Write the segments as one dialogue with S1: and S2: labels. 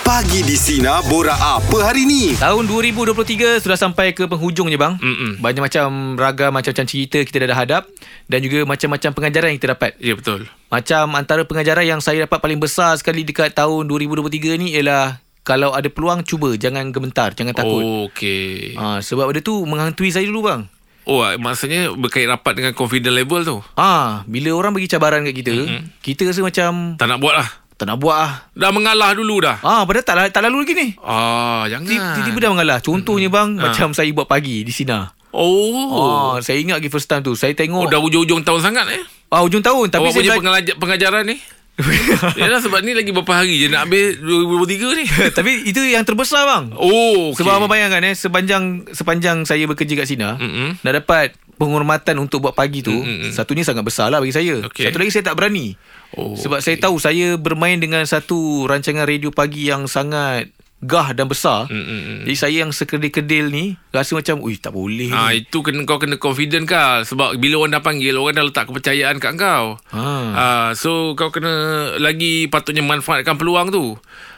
S1: Pagi di Sina Bora apa hari ni?
S2: Tahun 2023 sudah sampai ke penghujungnya bang.
S3: Mm-mm.
S2: Banyak macam ragam macam-macam cerita kita dah hadap dan juga macam-macam pengajaran yang kita dapat.
S3: Ya betul.
S2: Macam antara pengajaran yang saya dapat paling besar sekali dekat tahun 2023 ni ialah kalau ada peluang cuba jangan gementar, jangan takut.
S3: Oh, okey.
S2: Ha, sebab benda tu menghantui saya dulu bang.
S3: Oh, maksudnya berkait rapat dengan confident level tu.
S2: Ah, ha, bila orang bagi cabaran kat kita,
S3: Hmm.
S2: mm-hmm. kita rasa macam
S3: Tak nak buat lah.
S2: tak nak buat ah.
S3: Dah mengalah dulu dah.
S2: Ah, ha, padahal tak, la- tak lalu lagi ni.
S3: Ah, jangan.
S2: Tiba-tiba dah mengalah. Contohnya
S3: Hmm.
S2: bang, macam saya buat pagi di Sina.
S3: Ha. Oh.
S2: Oh, saya ingat lagi first time tu. Saya
S3: Oh,
S2: tengok
S3: dah hujung-hujung tahun sangat eh.
S2: Ah hujung tahun tapi
S3: Tapi
S2: saya
S3: Awak punya
S2: bela-
S3: pengajar- pengajaran ni. Yalah sebab ni lagi berapa hari je nak habis 2023 ni.
S2: tapi itu yang terbesar bang.
S3: Oh,
S2: Okay. Sebab abang bayangkan eh sepanjang sepanjang saya bekerja kat Sina
S3: Mm-mm.
S2: dah dapat penghormatan untuk buat pagi tu
S3: Mm-mm.
S2: satunya sangat besar lah bagi saya.
S3: Okay.
S2: Satu lagi saya tak berani.
S3: Oh,
S2: sebab saya tahu saya bermain dengan satu rancangan radio pagi yang sangat gah dan besar.
S3: Hmm, Mm-mm.
S2: Jadi saya yang sekedil-kedil ni rasa macam ui tak boleh.
S3: Ah
S2: ni."
S3: itu kena kau kena confident kah sebab bila orang dah panggil orang dah letak kepercayaan kat kau.
S2: Ha.
S3: Ah so kau kena lagi patutnya manfaatkan peluang tu.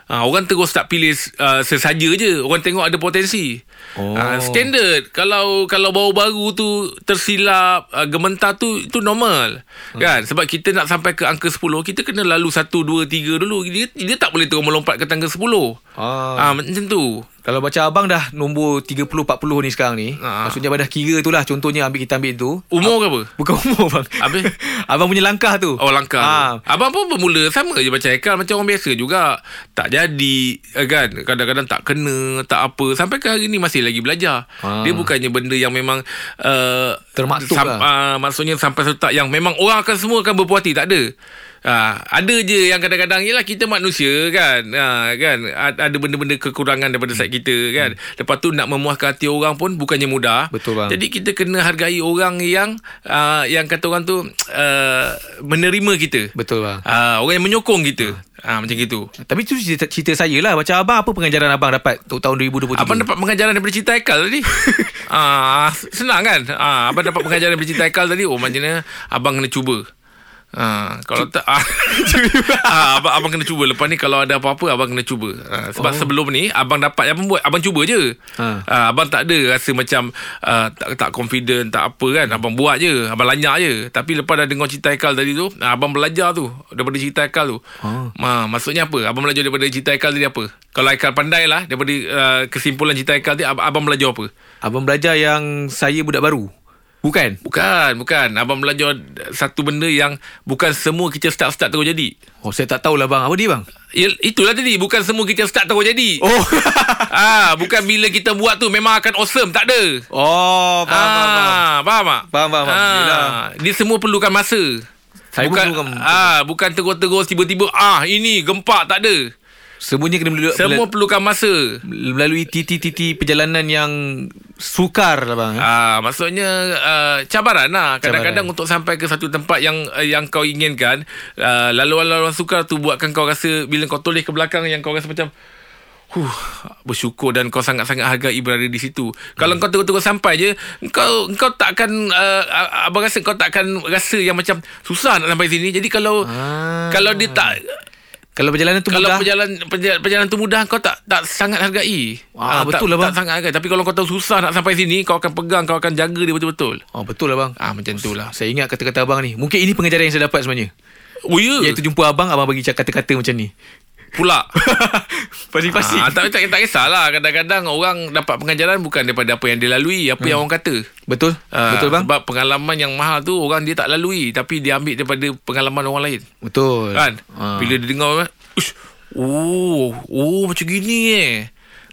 S3: Ah orang terus tak pilih uh, sesaja je. Orang tengok ada potensi.
S2: Oh.
S3: Ah, standard kalau kalau baru-baru tu tersilap uh, gementar tu itu normal.
S2: Hmm.
S3: Kan sebab kita nak sampai ke angka 10 kita kena lalu 1 2 3 dulu. Dia dia tak boleh terus melompat ke tangga 10.
S2: Ah.
S3: Ah macam tu.
S2: Kalau baca abang dah nombor 30 40 ni sekarang ni,
S3: Ah.
S2: maksudnya abang dah kira tu lah contohnya ambil kita ambil tu.
S3: Umur ke apa?
S2: Bukan umur bang
S3: Habis?
S2: Abang punya langkah tu
S3: Oh langkah
S2: Ah.
S3: ha. Abang pun bermula Sama je macam Haikal Macam orang biasa juga Tak jadi eh, kan Kadang-kadang tak kena Tak apa Sampai ke hari ni Masih lagi belajar
S2: Ah.
S3: ha. Dia bukannya benda yang memang uh,
S2: Termaktub lah.
S3: uh, Maksudnya sampai satu tak Yang memang orang akan semua akan berpuas hati Tak ada Ha, ada je yang kadang-kadang Yelah kita manusia kan ha, kan A- Ada benda-benda kekurangan daripada side kita kan Lepas tu nak memuaskan hati orang pun Bukannya mudah
S2: Hmm. Betul, lah. bang.
S3: Jadi jadi kita kena hargai orang yang uh, yang kata orang tu uh, menerima kita.
S2: Betul bang
S3: Uh, orang yang menyokong kita. Ah macam gitu.
S2: Tapi tu cerita, cerita saya lah Macam abang apa pengajaran abang dapat Untuk tahun 2023
S3: Abang dapat pengajaran daripada cerita Haikal tadi. ah senang kan? Ah abang dapat pengajaran daripada cerita Haikal tadi. Oh maknanya abang kena cuba. Ah kalau tak ah, ah, abang abang kena cuba lepas ni kalau ada apa-apa abang kena cuba. Ah,
S2: Oh.
S3: sebab oh. sebelum ni abang dapat apa buat abang cuba je.
S2: Ha.
S3: Ha. Ah, abang tak ada rasa macam ah, tak tak confident tak apa kan. Abang buat je, abang lanyak je. Tapi lepas dah dengar cerita Haikal tadi tu, ah, abang belajar tu daripada cerita Haikal tu.
S2: Ha.
S3: Ha. Ah, maksudnya apa? Abang belajar daripada cerita Haikal tadi apa? Kalau Haikal pandai lah daripada ah, kesimpulan cerita Haikal tadi ab- abang belajar apa?
S2: Abang belajar yang Saya budak baru Bukan
S3: Bukan, bukan. Abang belajar satu benda yang bukan semua kita start-start terus jadi.
S2: Oh saya tak tahulah bang Apa dia bang
S3: Il- Itulah tadi Bukan semua kita start terus jadi
S2: Oh
S3: ah, Bukan bila kita buat tu Memang akan awesome Tak ada
S2: Oh faham, faham, faham.
S3: ah, faham tak? Ah,
S2: Faham, faham, faham. Yelah.
S3: Dia semua perlukan masa
S2: Saya pun
S3: bukan,
S2: perlukan masa.
S3: ah, bukan terus-terus Tiba-tiba Ah ini gempak tak ada
S2: Semuanya kena melalui,
S3: Semua perlukan masa
S2: Melalui titi-titi perjalanan yang Sukar lah bang
S3: Ah, maksudnya uh, cabaran lah. Kadang-kadang
S2: Cabaran.
S3: untuk sampai ke satu tempat yang uh, yang kau inginkan, uh, laluan-laluan sukar tu buatkan kau rasa bila kau toleh ke belakang yang kau rasa macam Huh, bersyukur dan kau sangat-sangat hargai berada di situ. Kalau kau terus-terus sampai je, kau kau takkan uh, abang rasa kau takkan rasa yang macam susah nak sampai sini. Jadi kalau
S2: Ah.
S3: kalau dia tak
S2: Kalau perjalanan tu
S3: kalau
S2: mudah
S3: perjalanan perjalanan, perjalanan tu mudah kau tak tak sangat hargai.
S2: Ah, betul
S3: tak,
S2: lah, bang.
S3: Tak sangat hargai. Tapi kalau kau tahu susah nak sampai sini, kau akan pegang, kau akan jaga dia betul-betul.
S2: Oh betul lah bang
S3: Ah macam tu lah.
S2: Saya ingat kata-kata abang ni Mungkin ini pengajaran yang saya dapat sebenarnya
S3: Oh ya. Yeah.
S2: Iaitu jumpa abang Abang bagi kata-kata macam ni
S3: pula.
S2: Pasti-pasti
S3: Ah, tak, tak, tak kisahlah Kadang-kadang orang dapat pengajaran Bukan daripada apa yang dia lalui Apa hmm. yang orang kata
S2: Betul
S3: Ah,
S2: Betul bang
S3: Sebab pengalaman yang mahal tu Orang dia tak lalui Tapi dia ambil daripada pengalaman orang lain
S2: Betul
S3: Kan
S2: Ah.
S3: Bila dia dengar orang, Ush Oh Oh macam gini eh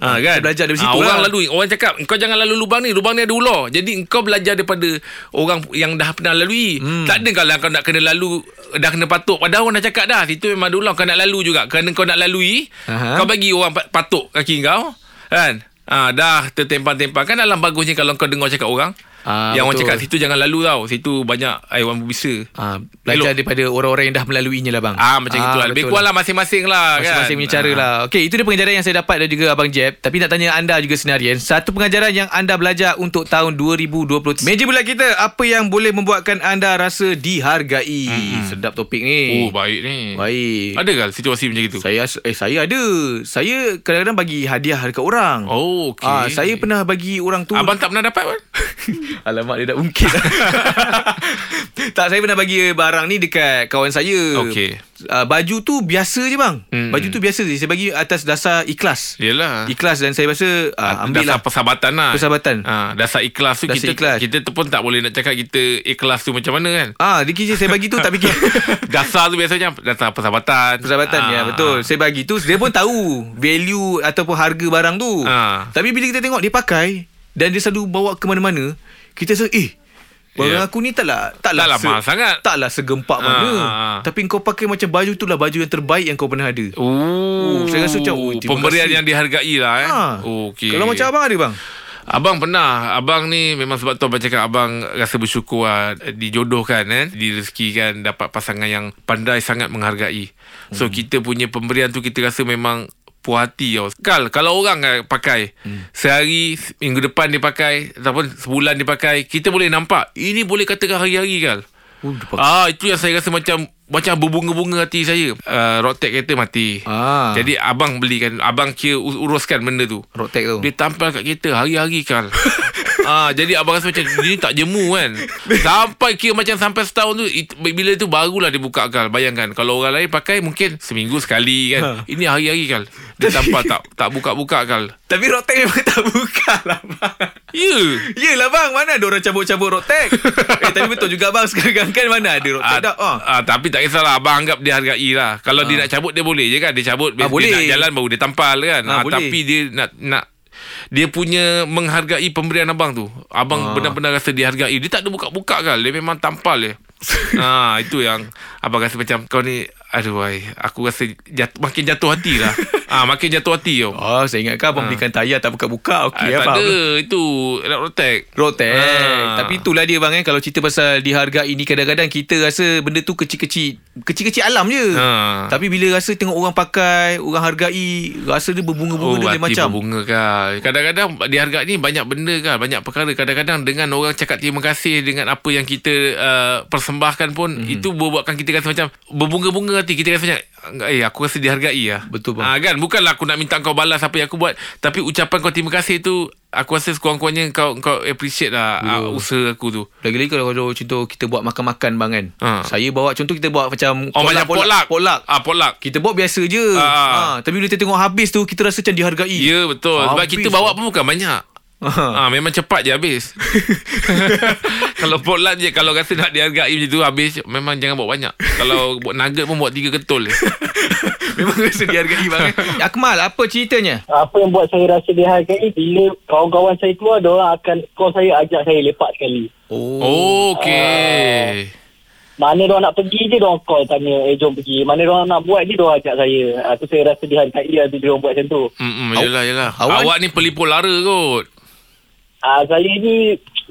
S3: Ha,
S2: Dia
S3: kan?
S2: belajar dari situ
S3: orang
S2: lah.
S3: lalui Orang cakap Kau jangan lalu lubang ni Lubang ni ada ular Jadi kau belajar daripada Orang yang dah pernah lalui hmm. Tak ada kalau kau nak kena lalu Dah kena patuk Padahal orang dah cakap dah Situ memang ada ular Kau nak lalu juga Kerana kau nak lalui
S2: Aha.
S3: Aha. Kau bagi orang pat- patuk kaki kau Kan ha, Dah tertempang-tempang Kan dalam bagusnya Kalau kau dengar cakap orang
S2: Ah,
S3: yang orang
S2: betul.
S3: cakap situ jangan lalu tau. Situ banyak haiwan berbisa.
S2: Ah, belajar daripada orang-orang yang dah melaluinya lah bang.
S3: Ah macam ah, itulah. Lebih
S2: betul.
S3: kurang lah masing-masing lah kan.
S2: Masing-masing punya cara
S3: Ah.
S2: lah Okay itu dia pengajaran yang saya dapat Dan juga Abang Jeb Tapi nak tanya anda juga senarian Satu pengajaran yang anda belajar Untuk tahun 2020 Meja bulat kita Apa yang boleh membuatkan anda Rasa dihargai hmm. Sedap topik ni
S3: Oh baik ni.
S2: Baik
S3: Ada kan situasi macam itu?
S2: Saya eh saya ada Saya kadang-kadang bagi hadiah dekat orang
S3: Oh okey.
S2: ah, Saya pernah bagi orang tu
S3: Abang tak pernah dapat kan?
S2: Alamak dia tak mungkin Tak saya pernah bagi barang ni Dekat kawan saya
S3: Okey.
S2: uh, Baju tu biasa je bang
S3: Hmm.
S2: Baju tu biasa je Saya bagi atas dasar ikhlas
S3: Yelah.
S2: Ikhlas dan saya rasa uh, Ambil
S3: dasar
S2: lah
S3: persahabatan lah.
S2: Persahabatan.
S3: Ha, dasar ikhlas tu
S2: Dasar
S3: kita
S2: ikhlas.
S3: kita tu pun tak boleh nak cakap kita ikhlas tu macam mana kan.
S2: Ah, dia kira saya bagi tu tak fikir
S3: dasar tu biasanya dasar persahabatan.
S2: Persahabatan
S3: Ah.
S2: ya betul Saya bagi tu Dia pun tahu Value ataupun harga barang tu
S3: Ah.
S2: Tapi bila kita tengok Dia pakai Dan dia selalu bawa ke mana-mana Kita rasa Eh Barang
S3: Ya.
S2: aku ni lah, taklah Taklah,
S3: Taklah mahal sangat.
S2: Taklah lah segempak
S3: Ah,
S2: mana
S3: ah, ah.
S2: Tapi kau pakai macam baju tu lah Baju yang terbaik yang kau pernah ada
S3: Oh,
S2: Oh, saya rasa macam, oh, terima
S3: pemberian
S2: kasih.
S3: yang dihargai lah eh.
S2: Ah.
S3: Oh, okey.
S2: Kalau macam abang ada bang
S3: Abang pernah Abang ni memang sebab tu Abang cakap Abang rasa bersyukur lah Dijodohkan eh Direzekikan Dapat pasangan yang Pandai sangat menghargai So hmm. kita punya pemberian tu Kita rasa memang Puas hati tau Kal Kalau orang kan pakai hmm. Sehari Minggu depan dia pakai Ataupun sebulan dia pakai Kita boleh nampak Ini boleh katakan hari-hari Kal
S2: Oh, dia pakai.
S3: Ah Itu yang saya rasa macam Macam berbunga-bunga hati saya uh, Rotek kereta mati
S2: Ah.
S3: Jadi abang belikan Abang kira u- uruskan benda tu
S2: Rotek tu
S3: dia tampal kat kereta hari-hari kan. ah jadi abang rasa macam dia ni tak jemu kan. Sampai kira macam sampai setahun tu it, bila tu barulah dia buka kal. Bayangkan kalau orang lain pakai mungkin seminggu sekali kan. Ini hari-hari kal. Dia tampal tak tak buka-buka kal.
S2: Tapi rotek memang tak buka lah bang
S3: Ya. Yeah.
S2: Yelah bang Mana ada orang cabut-cabut rotek Eh tapi betul juga bang Sekarang kan mana ada rotek
S3: Ah,
S2: dah ah.
S3: ah, tapi tak kisahlah Abang anggap dia hargai lah Kalau dia nak cabut Dia boleh je kan Dia cabut
S2: Ah,
S3: Dia
S2: boleh.
S3: nak jalan Baru dia tampal kan
S2: Ah,
S3: ah,
S2: boleh.
S3: Tapi dia nak nak dia punya menghargai pemberian abang tu.
S2: Ah.
S3: Abang benar-benar rasa dihargai. Dia tak ada buka-buka kan. Dia memang tampal dia. ha, itu yang abang rasa macam kau ni aduh ai, aku rasa jat, makin jatuh hati lah. ha, makin jatuh hati tau.
S2: Oh saya ingatkan Abang belikan tayar tak buka-buka
S3: Ha. Ah,
S2: Okey
S3: tak
S2: abang
S3: ada itu Rotek.
S2: Rotek
S3: Ah.
S2: Tapi itulah dia bang eh Kalau cerita pasal dihargai ni Kadang-kadang kita rasa Benda tu kecil-kecil Kecil-kecil alam je
S3: Ah.
S2: Tapi bila rasa tengok orang pakai Orang hargai Rasa dia berbunga-bunga dia lain
S3: Oh, hati
S2: macam
S3: berbunga kan. Kadang-kadang di harga ni banyak benda kan, banyak perkara. Kadang-kadang dengan orang cakap terima kasih dengan apa yang kita uh, persembahkan pun mm-hmm.
S2: Mhm.
S3: itu buatkan kita rasa macam berbunga-bunga hati. Kita rasa macam eh aku rasa dihargai lah.
S2: Betul, bang.
S3: Ah kan bukanlah aku nak minta kau balas apa yang aku buat, tapi ucapan kau terima kasih tu aku rasa sekurang-kurangnya kau kau appreciate lah uh, usaha aku tu.
S2: Lagi-lagi kalau, kalau contoh Kita buat makan-makan bang kan
S3: Ha.
S2: Saya bawa contoh kita buat macam
S3: Oh macam polak.
S2: Polak
S3: Ah polak.
S2: Kita buat biasa je ha.
S3: Ah.
S2: Tapi bila kita tengok habis tu Kita rasa macam dihargai
S3: Ya betul Sebab
S2: Habis
S3: kita bawa pun bukan banyak
S2: Ah.
S3: Ah, memang cepat je habis. kalau potlat je kalau rasa nak dihargai macam tu habis memang jangan buat banyak. Kalau buat nugget pun buat tiga ketul je.
S2: Memang rasa dihargai bang eh. Akmal apa ceritanya?
S4: apa yang buat saya rasa dihargai bila kawan-kawan saya keluar dia orang akan call saya ajak saya lepak sekali
S3: Oh, okey.
S4: mana dia orang nak pergi je dia orang call tanya eh jom pergi mana dia orang nak buat je dia orang ajak saya Ah, tu saya rasa dihargai lah bila dia orang buat macam tu
S3: Hmm, yalah yalah.
S2: Awak-
S3: Awak, Awak ni pelipur lara kot.
S4: Ah saya ni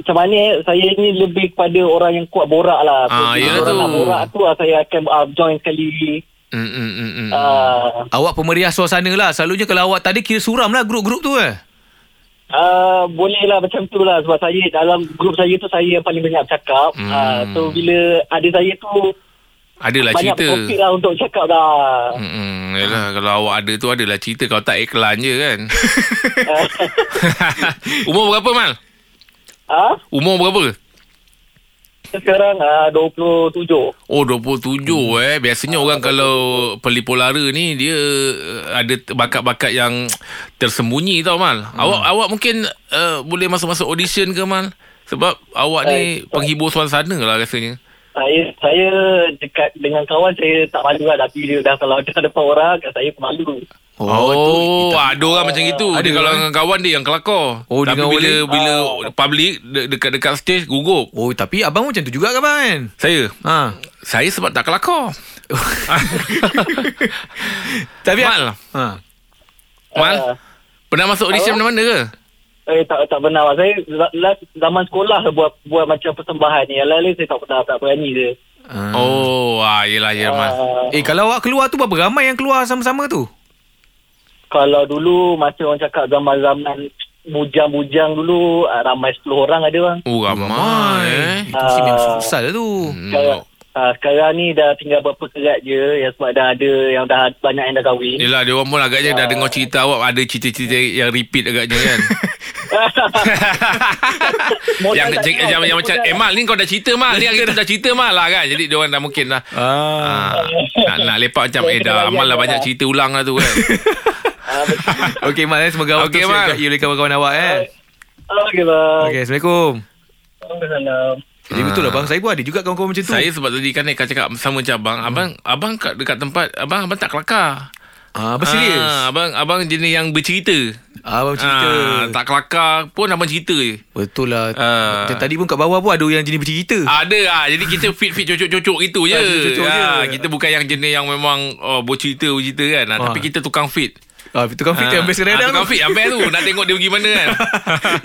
S4: macam mana eh, saya ni lebih kepada orang yang kuat borak lah Bila
S3: Ah, yelah
S4: orang
S3: tu.
S4: nak borak tu ah, saya akan ah, join sekali
S3: Hmm hmm hmm. hmm.
S4: ah,
S2: Awak pemeriah suasana lah. Selalunya kalau awak tadi kira suram lah grup-grup tu eh.
S4: Uh, boleh lah macam tu lah sebab saya dalam grup saya tu saya yang paling banyak cakap hmm. uh, so bila ada saya tu
S3: Adalah
S4: banyak
S3: cerita.
S4: topik lah untuk cakap dah
S3: Hmm, hmm, yalah kalau awak ada tu adalah cerita kalau tak iklan je kan.
S4: Eh,
S3: Umur berapa Mal?
S4: Ah,
S3: Umur berapa?
S4: sekarang ah 27.
S3: Oh 27 hmm. eh Biasanya orang kalau Pelipur lara ni Dia uh, Ada t- bakat-bakat yang Tersembunyi tau Mal hmm. Awak awak mungkin uh, Boleh masuk-masuk audition ke Mal Sebab awak
S4: Eh,
S3: ni Penghibur suasana lah rasanya
S4: Saya saya dekat dengan kawan saya tak malu lah tapi dia dah kalau ada depan orang kat saya malu.
S2: tu
S3: Oh, oh
S2: kita-
S3: ada orang macam itu
S2: ada
S3: Ada kalau
S2: orang.
S3: dengan kawan dia yang kelakar
S2: Oh,
S3: Tapi
S2: dengan
S3: bila
S2: orang
S3: bila public de- Dekat-dekat stage gugup
S2: Oh tapi abang macam tu juga ke abang kan?
S3: Saya
S2: Ha.
S3: Saya sebab tak kelakar
S2: Tapi
S3: Mal
S2: ha.
S3: Mal
S4: Ah.
S3: Pernah masuk audition
S2: Ah.
S4: Awak?
S3: mana-mana ke?
S4: Eh, saya tak tak pernah lah. Saya la- last zaman sekolah lah buat buat macam persembahan ni. Yang lain-lain saya tak pernah tak berani dia.
S3: Oh, ah, yelah, yelah, Mas.
S4: Ah,
S2: Ha. Eh kalau awak keluar tu berapa ramai yang keluar sama-sama tu?
S4: kalau dulu masa orang cakap zaman-zaman bujang-bujang dulu ah, ramai 10 orang ada bang.
S3: Oh, ramai. Eh.
S2: Itu mesti memang
S4: Ah.
S2: susah lah tu.
S3: Hmm.
S4: Sekarang, ah, sekarang ni dah tinggal berapa kerat je yang sebab dah ada yang dah banyak yang dah kahwin.
S3: Yelah, dia orang pun agaknya
S4: Ah.
S3: dah dengar cerita awak. Ada cerita-cerita yang repeat agaknya kan. yang,
S4: Modal tak
S3: yang,
S4: tahu,
S3: yang, yang macam,
S4: modal.
S3: eh, Mal, ni kau dah cerita, Mal. Ni hari tu dah cerita, Mal lah kan. Jadi, dia orang dah mungkin lah.
S2: Ah.
S3: Ah, nak, nak lepak macam,
S4: Saya
S3: eh,
S4: kena
S3: dah
S4: bayar
S3: Amal lah
S4: dah.
S3: banyak cerita ulang lah tu kan.
S4: Ah, betul.
S2: Okey Mat eh. Semoga awak
S3: Okey,
S2: okay,
S3: Mat.
S2: terus you oleh kawan-kawan awak eh.
S4: Okey bang.
S2: Okey, Assalamualaikum.
S4: Waalaikumsalam.
S3: Ah.
S2: Jadi betul lah bang, saya pun ada juga kawan-kawan macam tu.
S3: Saya sebab tadi kan Eka cakap sama macam abang. Abang abang kat dekat tempat abang abang tak kelakar.
S2: Ah, apa serius?
S3: Ah, abang abang jenis yang bercerita.
S2: Ah, abang cerita.
S3: Ah, tak kelakar pun abang cerita je.
S2: Betul lah.
S3: Ah.
S2: Macam tadi pun kat bawah pun ada yang jenis bercerita.
S3: Ada ah jadi kita fit-fit cocok-cocok gitu je.
S2: Ah, cocok-cocok
S3: Ah,
S2: je.
S3: kita bukan yang jenis yang memang oh, bercerita bercerita kan. Ah,
S2: Ah.
S3: tapi kita tukang fit.
S2: Ah, itu kan fit yang best
S3: Ah,
S2: kadang
S3: Tukang fit ambil tu nak tengok dia pergi mana kan.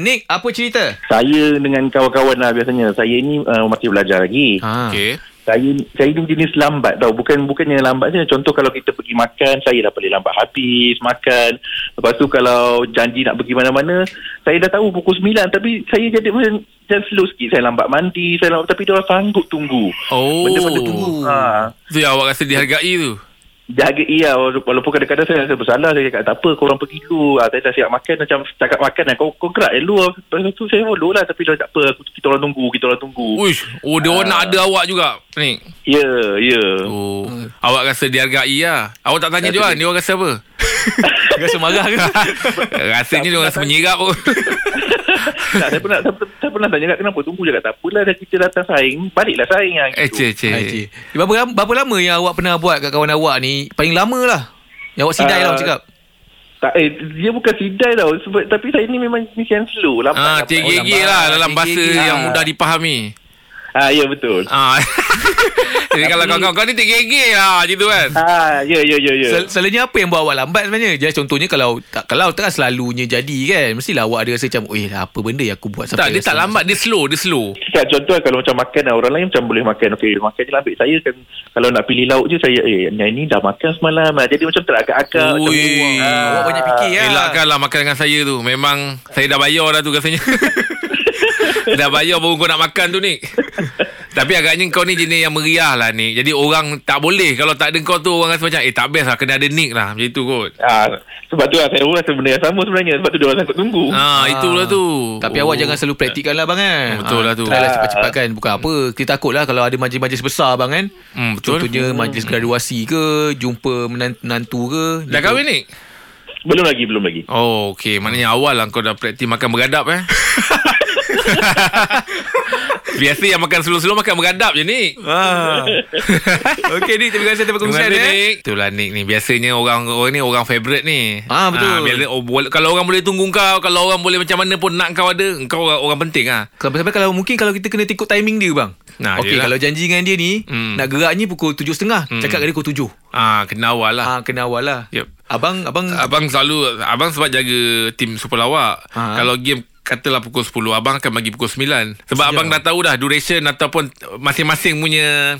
S2: Nick, apa cerita?
S5: Saya dengan kawan-kawan lah biasanya. Saya ni uh, masih belajar lagi. Ha.
S2: Ah.
S3: Okey.
S5: Saya saya ni jenis lambat tau. Bukan bukannya lambat je. Contoh kalau kita pergi makan, saya dah paling lambat habis makan. Lepas tu kalau janji nak pergi mana-mana, saya dah tahu pukul 9 tapi saya jadi macam macam slow sikit. Saya lambat mandi, saya lambat tapi dia orang sanggup tunggu.
S3: Oh.
S5: Benda-benda tunggu. Ha.
S3: Tu yang awak rasa dihargai tu.
S5: Jagai lah wala- Walaupun kadang-kadang saya rasa bersalah Saya cakap tak apa Korang pergi dulu ah, Saya dah siap makan Macam cakap makan lah Kau, kau gerak dulu Lepas tu saya follow lah Tapi dah tak apa aku, Kita orang tunggu Kita orang tunggu
S3: Uish, oh dia orang
S5: Ah.
S3: nak ada awak juga. Ni.
S5: Ya Ya
S3: Oh. Awak rasa dihargai lah. Awak tak tanya dia orang, dia orang rasa apa?
S2: Rasa marah ke?
S3: Rasanya dia orang rasa menyirap pun.
S5: Tak, saya pernah saya, saya pernah tanya kat kenapa tunggu je kat tak apalah dah kita datang saing baliklah saing yang
S3: eh, cik, cik.
S2: Ah, cik. Berapa, ram- berapa lama yang awak pernah buat kat kawan awak ni? Paling lama lah. Yang awak sidai lah awak
S5: Ah,
S2: cakap.
S5: tak eh dia bukan sidai tau sebab tapi saya ni memang ni yang slow lambat
S3: Ah,
S5: lambat.
S3: tinggi-tinggi
S2: Oh,
S3: lah
S2: lambat.
S3: dalam bahasa
S2: Tinggi-tinggi
S3: yang
S5: lah.
S3: mudah dipahami.
S5: ah ya betul
S3: Ah. Jadi kalau kau kau ni tinggi-tinggi lah gitu kan.
S5: ah ya ya ya ya
S2: Sel- Selalunya apa yang buat awak lambat sebenarnya? Jadi contohnya kalau tak kalau tak selalunya jadi kan, mestilah awak ada rasa macam, "Eh, apa benda yang aku buat
S3: Tak,
S2: sampai
S3: dia
S2: rasa
S3: tak lambat, dia slow, dia slow.
S5: Cakap contoh kalau macam makan lah, orang lain macam boleh makan. Okey, makan je lah ambil. Saya kan kalau nak pilih lauk je saya eh yang ni dah makan semalam lah. Jadi macam teragak-agak. macam,
S3: Ui.
S5: ah.
S2: Awak banyak fikir ya.
S3: Elakkanlah makan dengan saya tu. Memang saya dah bayar dah tu rasanya. dah bayar baru kau nak makan tu ni. Tapi agaknya kau ni jenis yang meriah lah ni. Jadi orang tak boleh kalau tak ada kau tu orang rasa macam eh tak best lah kena ada Nick lah macam tu kot.
S5: Ah, sebab tu lah saya pun rasa benda yang sama sebenarnya. Sebab tu dia orang sangkut tunggu.
S3: Ha ah, itulah tu.
S2: Tapi awak jangan selalu praktikkan lah bang kan.
S3: Betul lah tu.
S2: Try lah cepat-cepat kan. Bukan apa. Kita takut lah kalau ada majlis-majlis besar bang kan.
S3: Hmm, betul.
S2: Contohnya majlis graduasi ke, jumpa menan- menantu ke.
S3: Dah
S2: Jumpa-
S3: kahwin ni?
S5: Belum lagi, belum lagi.
S3: Oh, okey. Maknanya awal lah kau dah praktis makan beradab eh. Biasa yang makan slow-slow makan beradab je ni.
S2: Ah. Okey ni terima kasih atas perkongsian eh.
S3: Nick. Itulah Nick ni. Biasanya orang orang ni orang favorite ni.
S2: Ah, betul.
S3: biasa, oh, boleh, kalau orang boleh tunggu kau, kalau orang boleh macam mana pun nak kau ada, kau orang, orang penting ah.
S2: Sampai-sampai kalau mungkin kalau kita kena tikut timing dia bang.
S3: Nah,
S2: Okey
S3: Ah, yelah.
S2: kalau janji dengan dia ni
S3: Hmm.
S2: nak gerak ni pukul 7.30. Cakap kat dia pukul 7.
S3: Ah, kena awal lah.
S2: Ah kena awal lah.
S3: Yep.
S2: Abang abang
S3: Abang selalu Abang sebab jaga Tim super lawak
S2: Ha.
S3: Kalau game Katalah pukul 10 Abang akan bagi pukul 9 Sebab abang dah tahu dah Duration ataupun Masing-masing punya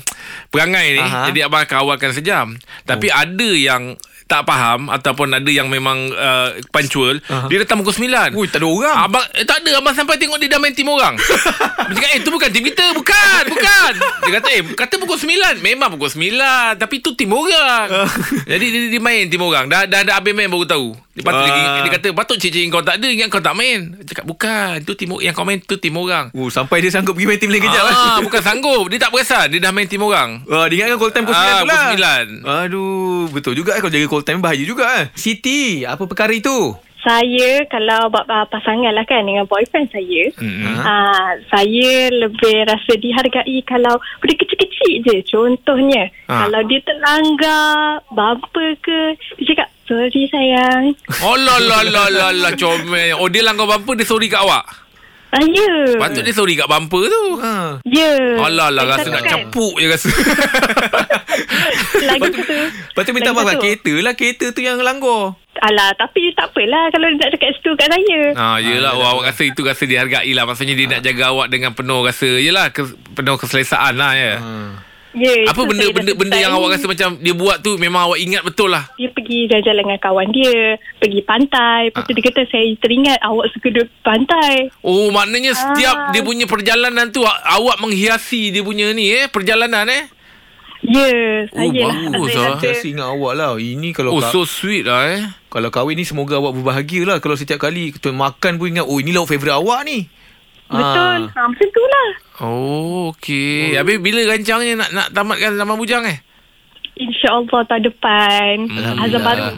S3: Perangai ni
S2: Aha. Oh.
S3: Jadi abang akan awalkan sejam Tapi ada yang Tak faham Ataupun ada yang memang uh, Punctual Dia datang pukul 9
S2: Ui, tak ada orang.
S3: Abang eh, Tak ada Abang sampai tengok dia dah main tim orang Dia cakap eh tu bukan tim kita Bukan Bukan Dia kata eh Kata pukul 9 Memang pukul 9 Tapi tu tim orang Jadi dia, dia main tim orang Dah dah, dah habis main baru tahu dia, patut, dia, dia kata Patut cik-cik kau tak ada Ingat kau tak main Dia cakap bukan Tu tim Yang kau main tu tim orang
S2: Oh, sampai dia sanggup pergi main tim lain kejap lah.
S3: ah, Bukan sanggup Dia tak perasan Dia dah main tim orang
S2: Ah, dia ingatkan call time pukul
S3: Ah,
S2: 9 tu lah.
S3: pukul
S2: 9. Aduh, betul juga eh. Kalau jaga call time bahaya juga eh. Siti, apa perkara itu?
S6: Saya kalau bab uh, pasangan lah kan dengan boyfriend saya,
S3: Mm-mm.
S2: Ah.
S6: uh, saya lebih rasa dihargai kalau benda kecil-kecil je. Contohnya,
S3: Ah.
S6: kalau dia terlanggar, bumper ke, dia cakap, sorry sayang.
S3: lah Oh la la la la la comel. Oh dia langgar bumper dia sorry kat awak.
S6: Ah, ya.
S3: Patut dia sorry kat bumper tu.
S2: Ha.
S6: Ya.
S3: Alah lah
S6: Saya
S3: rasa nak
S6: cakap.
S3: capuk je rasa.
S6: Lagi satu.
S2: Lepas tu minta
S6: Lagi
S2: maaf kat
S6: satu.
S2: kereta lah. Kereta tu yang langgar.
S6: Alah, tapi tak apalah kalau dia nak cakap situ kat saya.
S3: ha, yelah awak, awak rasa itu rasa dihargai lah. Maksudnya dia nak jaga awak dengan penuh rasa. Yelah ke, penuh keselesaan lah ya.
S6: Ya,
S3: Apa
S6: itu saya dah
S3: benda-benda benda yang
S6: selesai.
S3: awak rasa macam dia buat tu memang awak ingat betul lah.
S6: dia pergi jalan-jalan dengan kawan dia, pergi pantai. Lepas tu
S3: Ha.
S6: dia kata, saya teringat awak suka duduk pantai.
S3: Oh maknanya setiap
S6: Ah.
S3: dia punya perjalanan tu a- awak menghiasi dia punya ni eh perjalanan eh.
S6: Ya,
S3: Oh,
S6: saya lah.
S3: bagus,
S6: saya
S3: ah.
S6: rasa.
S2: Saya ingat awak lah. Ini kalau
S3: Oh
S2: ka-
S3: so sweet lah eh.
S2: kalau kahwin ni semoga awak berbahagia lah. Kalau setiap kali kita makan pun ingat, oh ini lauk favourite awak ni.
S6: Betul.
S3: Ah.
S6: Ha, macam tu lah.
S3: Oh okey. Habis bila rancangnya nak nak tamatkan zaman bujang eh?
S6: InsyaAllah tahun depan.
S3: Hmm,
S6: Azam baru.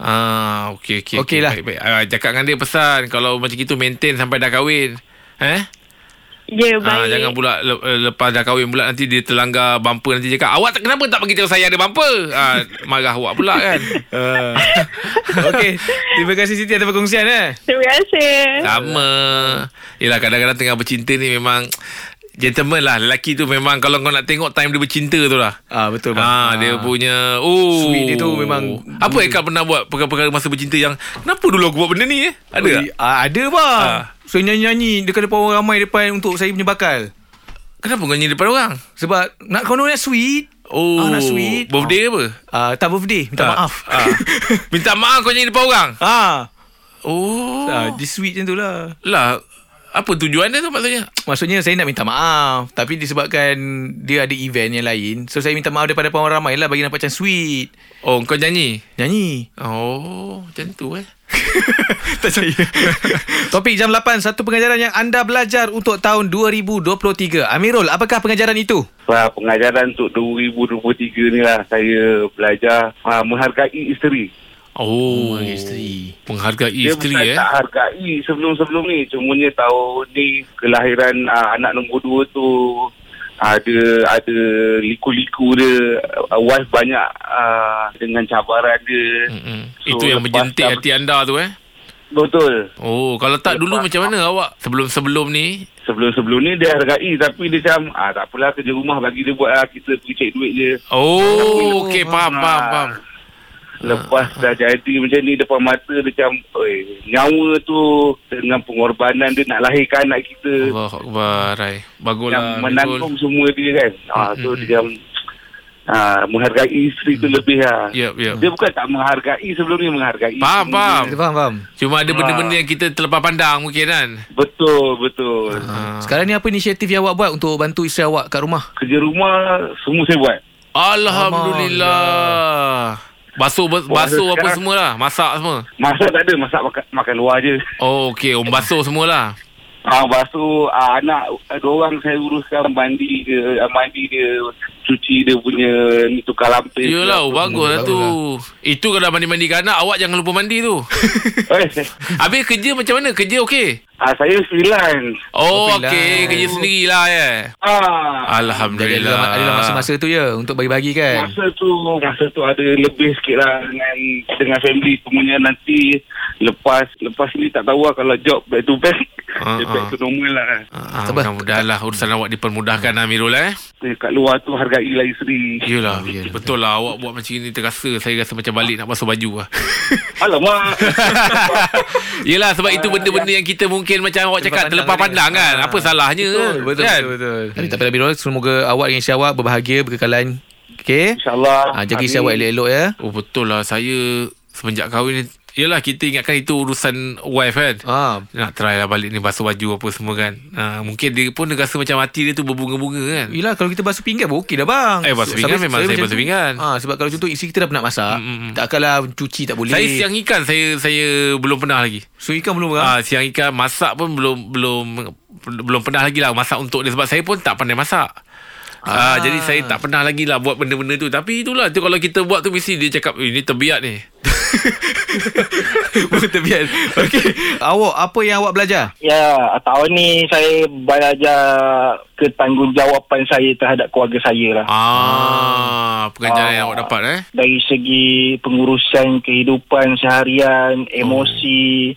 S3: Ah okey okey.
S2: Okey lah.
S3: Baik, baik. Ah, cakap dengan dia pesan kalau macam gitu maintain sampai dah kahwin. Eh?
S6: Ya, baik.
S3: Ah, jangan pula le, eh, lepas dah kahwin pula nanti dia terlanggar bumper nanti cakap awak tak, kenapa tak bagi tahu saya ada bumper? Ah, marah awak pula kan.
S2: Uh. Okey. Terima kasih Siti atas perkongsian eh.
S6: Terima kasih.
S3: Sama Yelah kadang-kadang tengah bercinta ni memang Gentleman lah Lelaki tu memang Kalau kau nak tengok Time dia bercinta tu lah
S2: Ah betul bang.
S3: Ah, dia punya Oh
S2: Sweet dia tu memang- hmm.
S3: Apa Eka pernah buat Perkara-perkara masa bercinta yang Kenapa dulu aku buat benda ni eh Ada tak?
S2: Ah, ada bang.
S3: Ah.
S2: So nyanyi-nyanyi dekat depan orang ramai depan untuk saya punya bakal.
S3: Kenapa kau nyanyi depan orang
S2: Sebab nak konon nak sweet.
S3: Oh
S2: Ah, nak sweet.
S3: Birthday apa
S2: Ah, tak birthday, minta
S3: Ah,
S2: maaf.
S3: ah. Minta maaf kau nyanyi depan orang
S2: Ah.
S3: Oh
S2: Ah, dia sweet macam tu lah.
S3: Lah Apa tujuan dia tu maksudnya
S2: Maksudnya saya nak minta maaf Tapi disebabkan Dia ada event yang lain So saya minta maaf daripada orang ramai lah Bagi nampak macam sweet
S3: Oh kau nyanyi
S2: Nyanyi
S3: Oh Macam tu eh
S2: Tak saya Topik jam 8 Satu pengajaran yang anda belajar Untuk tahun 2023 Amirul apakah pengajaran itu?
S5: Wah, pengajaran untuk 2023 ni lah saya belajar ha, menghargai isteri.
S3: Oh,
S2: isteri.
S3: Menghargai
S5: Dia
S3: isteri
S5: bukan
S3: eh
S5: tak hargai sebelum-sebelum ni. Cumanya tahun ni kelahiran ha, anak nombor dua tu ada ada liku-liku dia Ah, wife banyak ha, dengan cabaran dia.
S3: Mm-mm.
S5: So,
S3: Itu yang
S5: lepas
S3: menjentik
S5: dah-
S3: hati anda tu eh
S5: Betul.
S3: Oh kalau tak dulu
S5: Lepas-
S3: macam mana awak Sebelum-sebelum ni
S5: Sebelum-sebelum ni dia hargai tapi dia macam ah tak apalah kerja rumah bagi dia buat lah kita pergi cek duit je.
S3: Oh okey faham faham
S5: Ah.
S3: faham Ah.
S5: Lepas dah jadi macam ni depan mata dia macam oi, nyawa tu dengan pengorbanan dia nak lahirkan anak kita
S3: Allah Akbar ai.
S5: yang
S3: Baguslah
S5: menanggung semua dia kan. Ah
S3: Mm,
S5: tu
S3: mm,
S5: dia macam ah menghargai isteri tu lebih lah.
S3: Yep yep
S5: Dia bukan tak menghargai sebelum ni menghargai.
S3: Faham,
S5: Sebelum
S3: faham.
S2: Kita faham, faham
S3: Cuma ada benda-benda yang kita terlepas pandang mungkin kan
S5: ni- Betul betul.
S3: Ah.
S2: Sekarang ni apa inisiatif yang awak buat Untuk bantu isteri awak kat rumah?
S5: Kerja rumah semua saya buat.
S3: Alhamdulillah Basuh bas-
S5: Puasa
S3: basuh apa
S5: sekarang.
S3: semua lah Masak semua
S5: Masak tak ada, masak makan, makan luar je.
S3: Oh okey um, Basuh semua lah
S5: Ah basuh ah, anak ah, dua orang saya uruskan mandi dia, ah, mandi dia, cuci dia punya ni tukar lampin.
S3: Yelah
S5: Apa.
S3: bagus lah tu Itu kalau dah mandi-mandi kat anak Awak jangan lupa mandi tu
S5: Eh,
S3: Habis kerja macam mana Kerja okey
S5: ah, saya freelance.
S3: Oh,
S5: lah.
S2: Oh, freelance.
S3: okey. Kerja sendirilah, ya?
S5: Ah,
S2: Jadi
S3: Alhamdulillah.
S2: adalah, adalah masa-masa tu ya Untuk bagi-bagi
S3: Ah, eh.
S2: kan
S5: masa tu masa tu ada lebih sikit lah dengan dengan family semuanya nanti lepas lepas ni tak tahu lah kalau job back to back
S3: Ah,
S5: dia
S3: ah.
S5: back to normal lah
S3: Ah,
S2: Sabar. Hmm.
S3: mudah-mudahan lah urusan awak dipermudahkan Amirul eh.
S5: dekat luar tu hargailah isteri
S3: Yelah, betul lah awak buat macam ni terasa saya rasa macam balik nak basuh baju lah.
S5: alamak
S3: Yelah sebab itu benda-benda yang kita mungkin macam awak cakap terlepas pandang kan. Apa
S5: Ya,
S3: salahnya
S2: Betul,
S3: kan?
S2: betul,
S3: kan?
S2: betul, betul. Tapi tak apa Amirul Semoga awak dengan isteri awak berbahagia Berkekalan Okay
S5: insyaAllah
S2: Ah, jaga isteri
S5: Amin.
S2: awak elok-elok ya
S3: Oh betul lah saya semenjak kahwin ni Yelah kita ingatkan itu urusan wife kan.
S2: Ah,
S3: Nak try lah balik ni basuh baju apa semua kan. Ah, mungkin dia pun dia rasa macam hati dia tu berbunga-bunga kan.
S2: Yelah kalau kita basuh pinggan pun okey dah bang
S3: Eh, basuh pinggan memang saya
S2: macam tu.
S3: basuh pinggan.
S2: ha, Sebab kalau contoh isteri kita dah pernah masak
S3: Mm, mm, mm.
S2: Takkanlah cuci tak boleh
S3: Saya siang ikan saya saya belum pernah lagi.
S2: So ikan belum kan
S3: Ah, siang ikan masak pun belum belum belum pernah lagi lah masak untuk dia sebab saya pun tak pandai masak. Ah.
S2: Ah.
S3: jadi saya tak pernah lagi lah buat benda-benda tu. Tapi itulah tu kalau kita buat tu mesti dia cakap "Eh, ini terbiat ni.
S2: Bukan terbiar. Okey. Awak apa yang awak belajar?
S4: Ya, tahun ni saya belajar ketanggungjawab
S7: Jawapan saya terhadap keluarga saya lah.
S3: Ah, pengajaran Ah, yang awak dapat eh.
S7: dari segi pengurusan kehidupan seharian, emosi.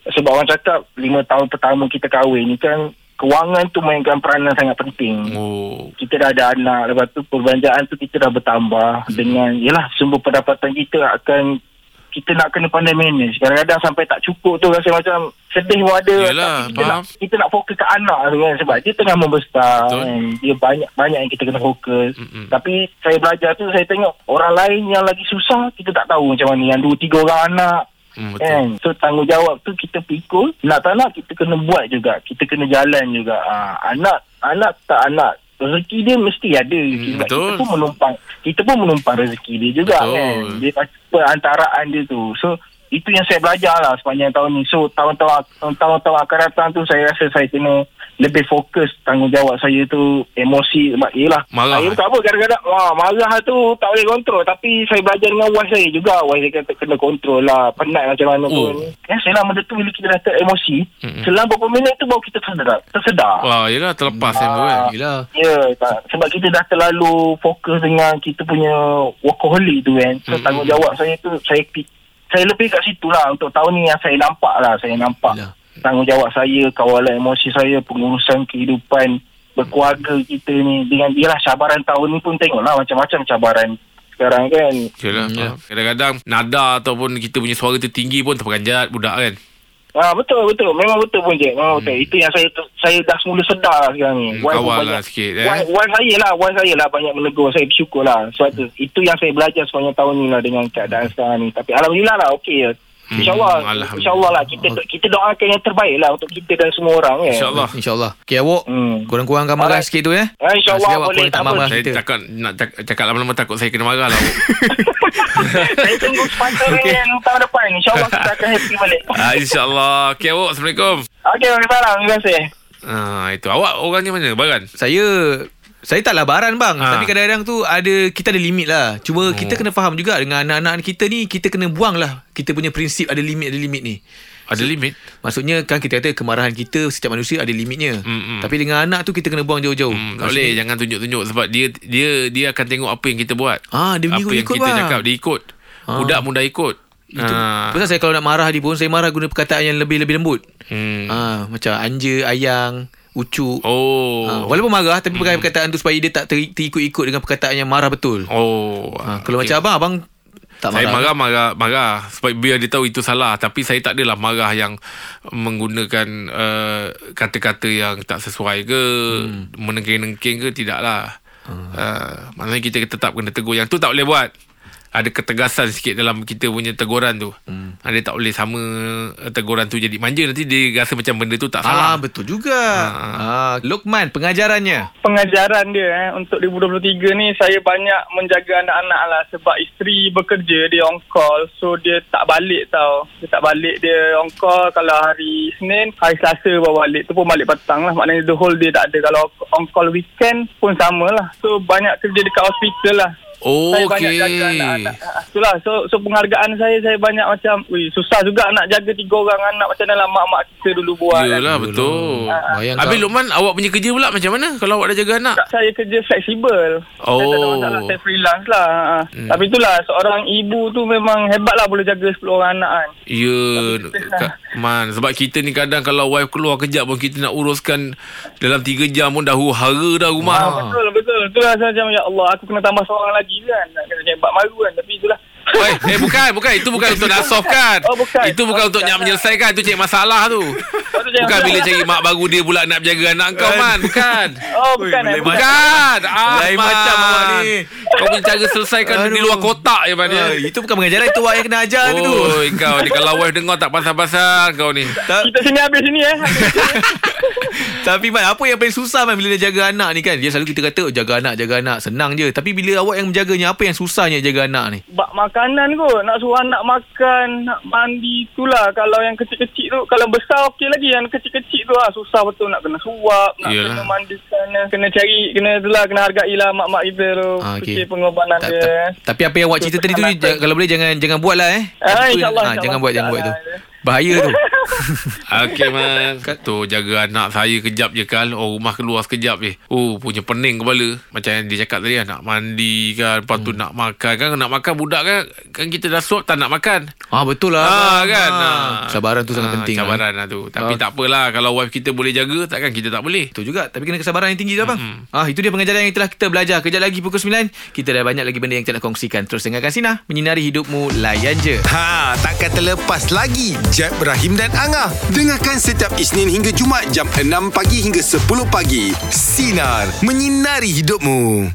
S3: Hmm.
S7: Oh. Sebab orang cakap 5 tahun pertama kita kahwin ni kan kewangan tu mainkan peranan sangat penting.
S3: Oh.
S7: Kita dah ada anak, lepas tu perbelanjaan tu kita dah bertambah hmm. dengan yalah sumber pendapatan kita akan kita nak kena pandai manage. Kadang-kadang sampai tak cukup tu rasa macam sedih pun ada.
S3: Yalah,
S7: Tapi kita
S3: faham.
S7: nak, kita nak fokus ke anak tu kan sebab dia tengah membesar
S3: Betul.
S7: kan. Dia banyak banyak yang kita kena fokus.
S3: Mm-mm.
S7: Tapi saya belajar tu saya tengok orang lain yang lagi susah kita tak tahu macam mana yang dua tiga orang anak
S3: Hmm, betul.
S7: Kan? So tanggungjawab tu kita pikul Nak tak nak kita kena buat juga Kita kena jalan juga ha, Anak Anak tak anak Rezeki dia mesti ada Sebab
S3: Hmm, betul.
S7: Kita pun menumpang Kita pun menumpang rezeki dia juga
S3: Betul.
S7: kan Dia pasti perantaraan dia tu So itu yang saya belajar lah sepanjang tahun ni So tahun-tahun tahun-tahun akan datang tu Saya rasa saya kena lebih fokus tanggungjawab saya tu Emosi sebab yelah
S3: Marah, eh?
S7: Saya tak apa kadang-kadang wah, Marah tu tak boleh kontrol Tapi saya belajar dengan wife saya juga Wife saya kata kena kontrol lah Penat macam mana
S3: Oh.
S7: pun Kan saya benda tu bila kita dah teremosi
S3: Mm-mm.
S7: mm-hmm. Selama beberapa minit tu baru kita tersedar Tersedar
S2: Kan?
S3: Wah, yelah terlepas eh, bro, kan.
S2: Yelah.
S7: Ya, tak. sebab kita dah terlalu fokus dengan kita punya workaholic tu kan. So,
S3: Mm-mm.
S7: mm-hmm. tanggungjawab saya tu, saya pi- saya lebih kat situ lah. Untuk tahun ni yang saya nampak lah. Saya nampak
S3: Ya.
S2: Yelah.
S7: tanggungjawab saya, kawalan emosi saya, pengurusan kehidupan berkeluarga kita ni. Dengan dia lah cabaran tahun ni pun tengoklah macam-macam cabaran sekarang kan.
S3: Yalah,
S2: Hmm,
S3: faham. Kadang-kadang nada ataupun kita punya suara tu tinggi pun terperanjat budak kan.
S7: Ah betul betul memang betul pun Jack memang betul itu yang saya tu- saya dah semula sedar lah sekarang ni
S3: Hmm,
S7: Wife pun
S3: kawal lah
S7: banyak-
S3: sikit, eh.
S7: wife- wife saya lah wife saya lah banyak menegur saya bersyukur lah sebab tu itu yang saya belajar sepanjang tahun ni lah dengan keadaan sekarang ni tapi alhamdulillah lah okey
S3: Hmm,
S7: InsyaAllah
S3: Alhamdulillah.
S7: InsyaAllah lah kita, kita doakan yang terbaik lah Untuk kita dan semua orang kan
S3: InsyaAllah.
S2: InsyaAllah. Okey, awak
S7: Hmm.
S2: kurang-kurangkan marah
S7: Alright.
S2: sikit tu ya.
S7: Ah, InsyaAllah
S2: Nasib awak pun
S7: boleh
S2: tak
S7: tak
S2: marah.
S7: apa
S3: Saya
S2: Kita.
S3: cakap nak cak- cakap lama-lama takut saya kena marah lah.
S7: Saya tunggu sponsor
S2: Okey.
S7: yang tahun depan InsyaAllah kita akan happy balik
S3: ah, InsyaAllah. Okay, awak. Assalamualaikum.
S7: Okey Waalaikumsalam Terima kasih
S3: Ah, itu awak orangnya mana? Baran?
S2: Saya saya tak labaran bang
S3: Ha.
S2: ha. Tapi kadang-kadang tu ada Kita ada limit lah
S3: Hmm.
S2: Cuma oh. kita kena faham juga Dengan anak-anak kita ni Kita kena buang lah Kita punya prinsip Ada limit-ada limit ni
S3: Ada limit?
S2: Maksudnya kan kita kata Kemarahan kita Setiap manusia ada limitnya
S3: Mm-mm.
S2: Tapi dengan anak tu Kita kena buang jauh-jauh
S3: Hmm, tak boleh jangan tunjuk-tunjuk sebab dia dia dia akan tengok apa yang kita buat.
S2: Ah, dia
S3: apa
S2: ikut-
S3: yang
S2: ikut,
S3: kita
S2: bang.
S3: cakap dia ikut.
S2: Ah.
S3: Budak mudah ikut.
S2: Itu
S3: Ah.
S2: Pasal saya kalau nak marah dia pun Saya marah guna perkataan yang lebih-lebih lembut
S3: Hmm.
S2: ha, Macam anja, ayang Ucuk
S3: Oh.
S2: ha, Walaupun marah Tapi pakai perkataan tu Supaya dia tak ter- terikut-ikut Dengan perkataan yang marah betul
S3: Oh.
S2: ha, Kalau macam abang Abang tak marah
S3: saya marah marah marah sebab biar dia tahu itu salah tapi saya tak adalah marah yang menggunakan uh, kata-kata yang tak sesuai ke hmm. menengking-nengking ke tidaklah. Hmm. Uh, maknanya kita tetap kena tegur yang tu tak boleh buat. Ada ketegasan sikit dalam kita punya teguran tu. Hmm. Dia tak boleh sama uh, teguran tu jadi manja nanti dia rasa macam benda tu tak
S2: Ah
S3: salah.
S2: betul juga. Ah Lokman pengajarannya.
S8: pengajaran dia eh, untuk 2023 ni saya banyak menjaga anak-anak lah sebab isteri bekerja dia on call so dia tak balik tau dia tak balik dia on call kalau hari Senin hari Selasa baru balik tu pun balik petang lah maknanya the whole day tak ada kalau on call weekend pun sama lah so banyak kerja dekat hospital lah
S3: Oh,
S8: saya banyak
S3: okey.
S8: jaga anak-anak. Ah, Itulah. So, so penghargaan saya, saya banyak macam, ui, susah juga nak jaga tiga orang anak macam dalam mak-mak kita dulu buat. kan.
S3: Yalah Ah, betul.
S2: Bayang
S3: Habis
S2: kau.
S3: Luqman awak punya kerja pula macam mana kalau awak dah jaga anak?
S8: Tak, saya kerja fleksibel. Saya tak ada
S3: Oh.
S8: masalah. Saya freelance lah. Ha. Hmm. Tapi itulah, seorang ibu tu memang hebat lah boleh jaga 10 orang anak kan.
S3: Ya Kak Man Sebab kita ni kadang Kalau wife keluar kejap pun Kita nak uruskan Dalam 3 jam pun Dah huru-hara dah rumah
S8: Ha. Betul, betul. Itulah saya macam, ya Allah, aku kena tambah seorang lagi kan. Nak kena hebat malu kan. Tapi itulah.
S3: Eh, eh bukan bukan Itu bukan untuk nak solve kan
S8: Oh, bukan.
S3: Itu
S8: Oh,
S3: bukan untuk
S8: bukan. Ya,
S3: nak menyelesaikan Itu cek masalah
S8: tu
S3: tu
S8: cari
S3: Bukan
S8: masalah.
S3: bila cari mak baru Dia pula nak jaga anak kau Man Bukan
S8: Oh, bukan. eh, bukan.
S3: Bukan ah,
S2: Kan. Lain macam awak ni.
S3: Kau punya cara selesaikan Di
S2: Aduh.
S3: luar kotak je Man ya.
S2: Ah, itu bukan pengajaran itu awak yang kena ajar tu.
S3: Oh kau ni Kalau wife dengar tak pasal-pasal Kau ni
S8: Kita sini habis sini eh.
S2: Tapi man, apa yang paling susah man bila dia jaga anak ni kan? Dia selalu kita kata oh, jaga anak, jaga anak, senang je. Tapi bila awak yang menjaganya, apa yang susahnya jaga anak ni?
S8: Bak makanan kot. Nak suruh anak makan, nak mandi tu lah. Kalau yang kecil-kecil tu, kalau besar okey lagi. Yang kecil-kecil tu lah. Susah betul nak kena suap, nak
S3: Yelah.
S8: kena mandikan, kena cari, kena tu lah, kena hargailah mak-mak kita tu.
S2: Ah, okey.
S8: kasih pengorbanan
S2: Ta-
S8: dia. eh.
S2: ta- Tapi apa yang awak cerita tadi tu
S8: Keselamatan.
S2: j- Kalau boleh jangan jangan buat lah eh
S8: Ah,
S2: Itu-
S8: insyaAllah,
S2: ah, Jangan
S8: insyaAllah.
S2: buat Jangan buat tu
S8: Ah,
S2: Bahaya tu
S3: Okey man. Tu jaga anak saya kejap je Kal. Oh rumah keluar sekejap je. Oh punya pening kepala. Macam yang dia cakap tadi lah. Nak mandi kan. Lepas tu hmm. nak makan kan. Nak makan budak kan. Kan kita dah suap tak nak makan.
S2: Ah betul lah
S3: Ah,
S2: abang.
S3: kan.
S2: Ah.
S3: Ah.
S2: Sabaran tu sangat
S3: Ah,
S2: penting
S3: Cabaran lah tu.
S2: Ah.
S3: Tapi tak apalah. Kalau wife kita boleh jaga. Takkan kita tak boleh.
S2: Betul juga Tapi kena kesabaran yang tinggi tu abang Ah Itu dia pengajaran yang telah kita belajar Kejap lagi pukul 9 Kita dah banyak lagi benda yang kita nak kongsikan Terus dengarkan Sina Menyinari hidupmu Layan je
S1: Ha, takkan terlepas lagi Jeb, Ibrahim dan Angah. Dengarkan setiap Isnin hingga Jumat jam 6 pagi hingga 10 pagi. Sinar, menyinari hidupmu.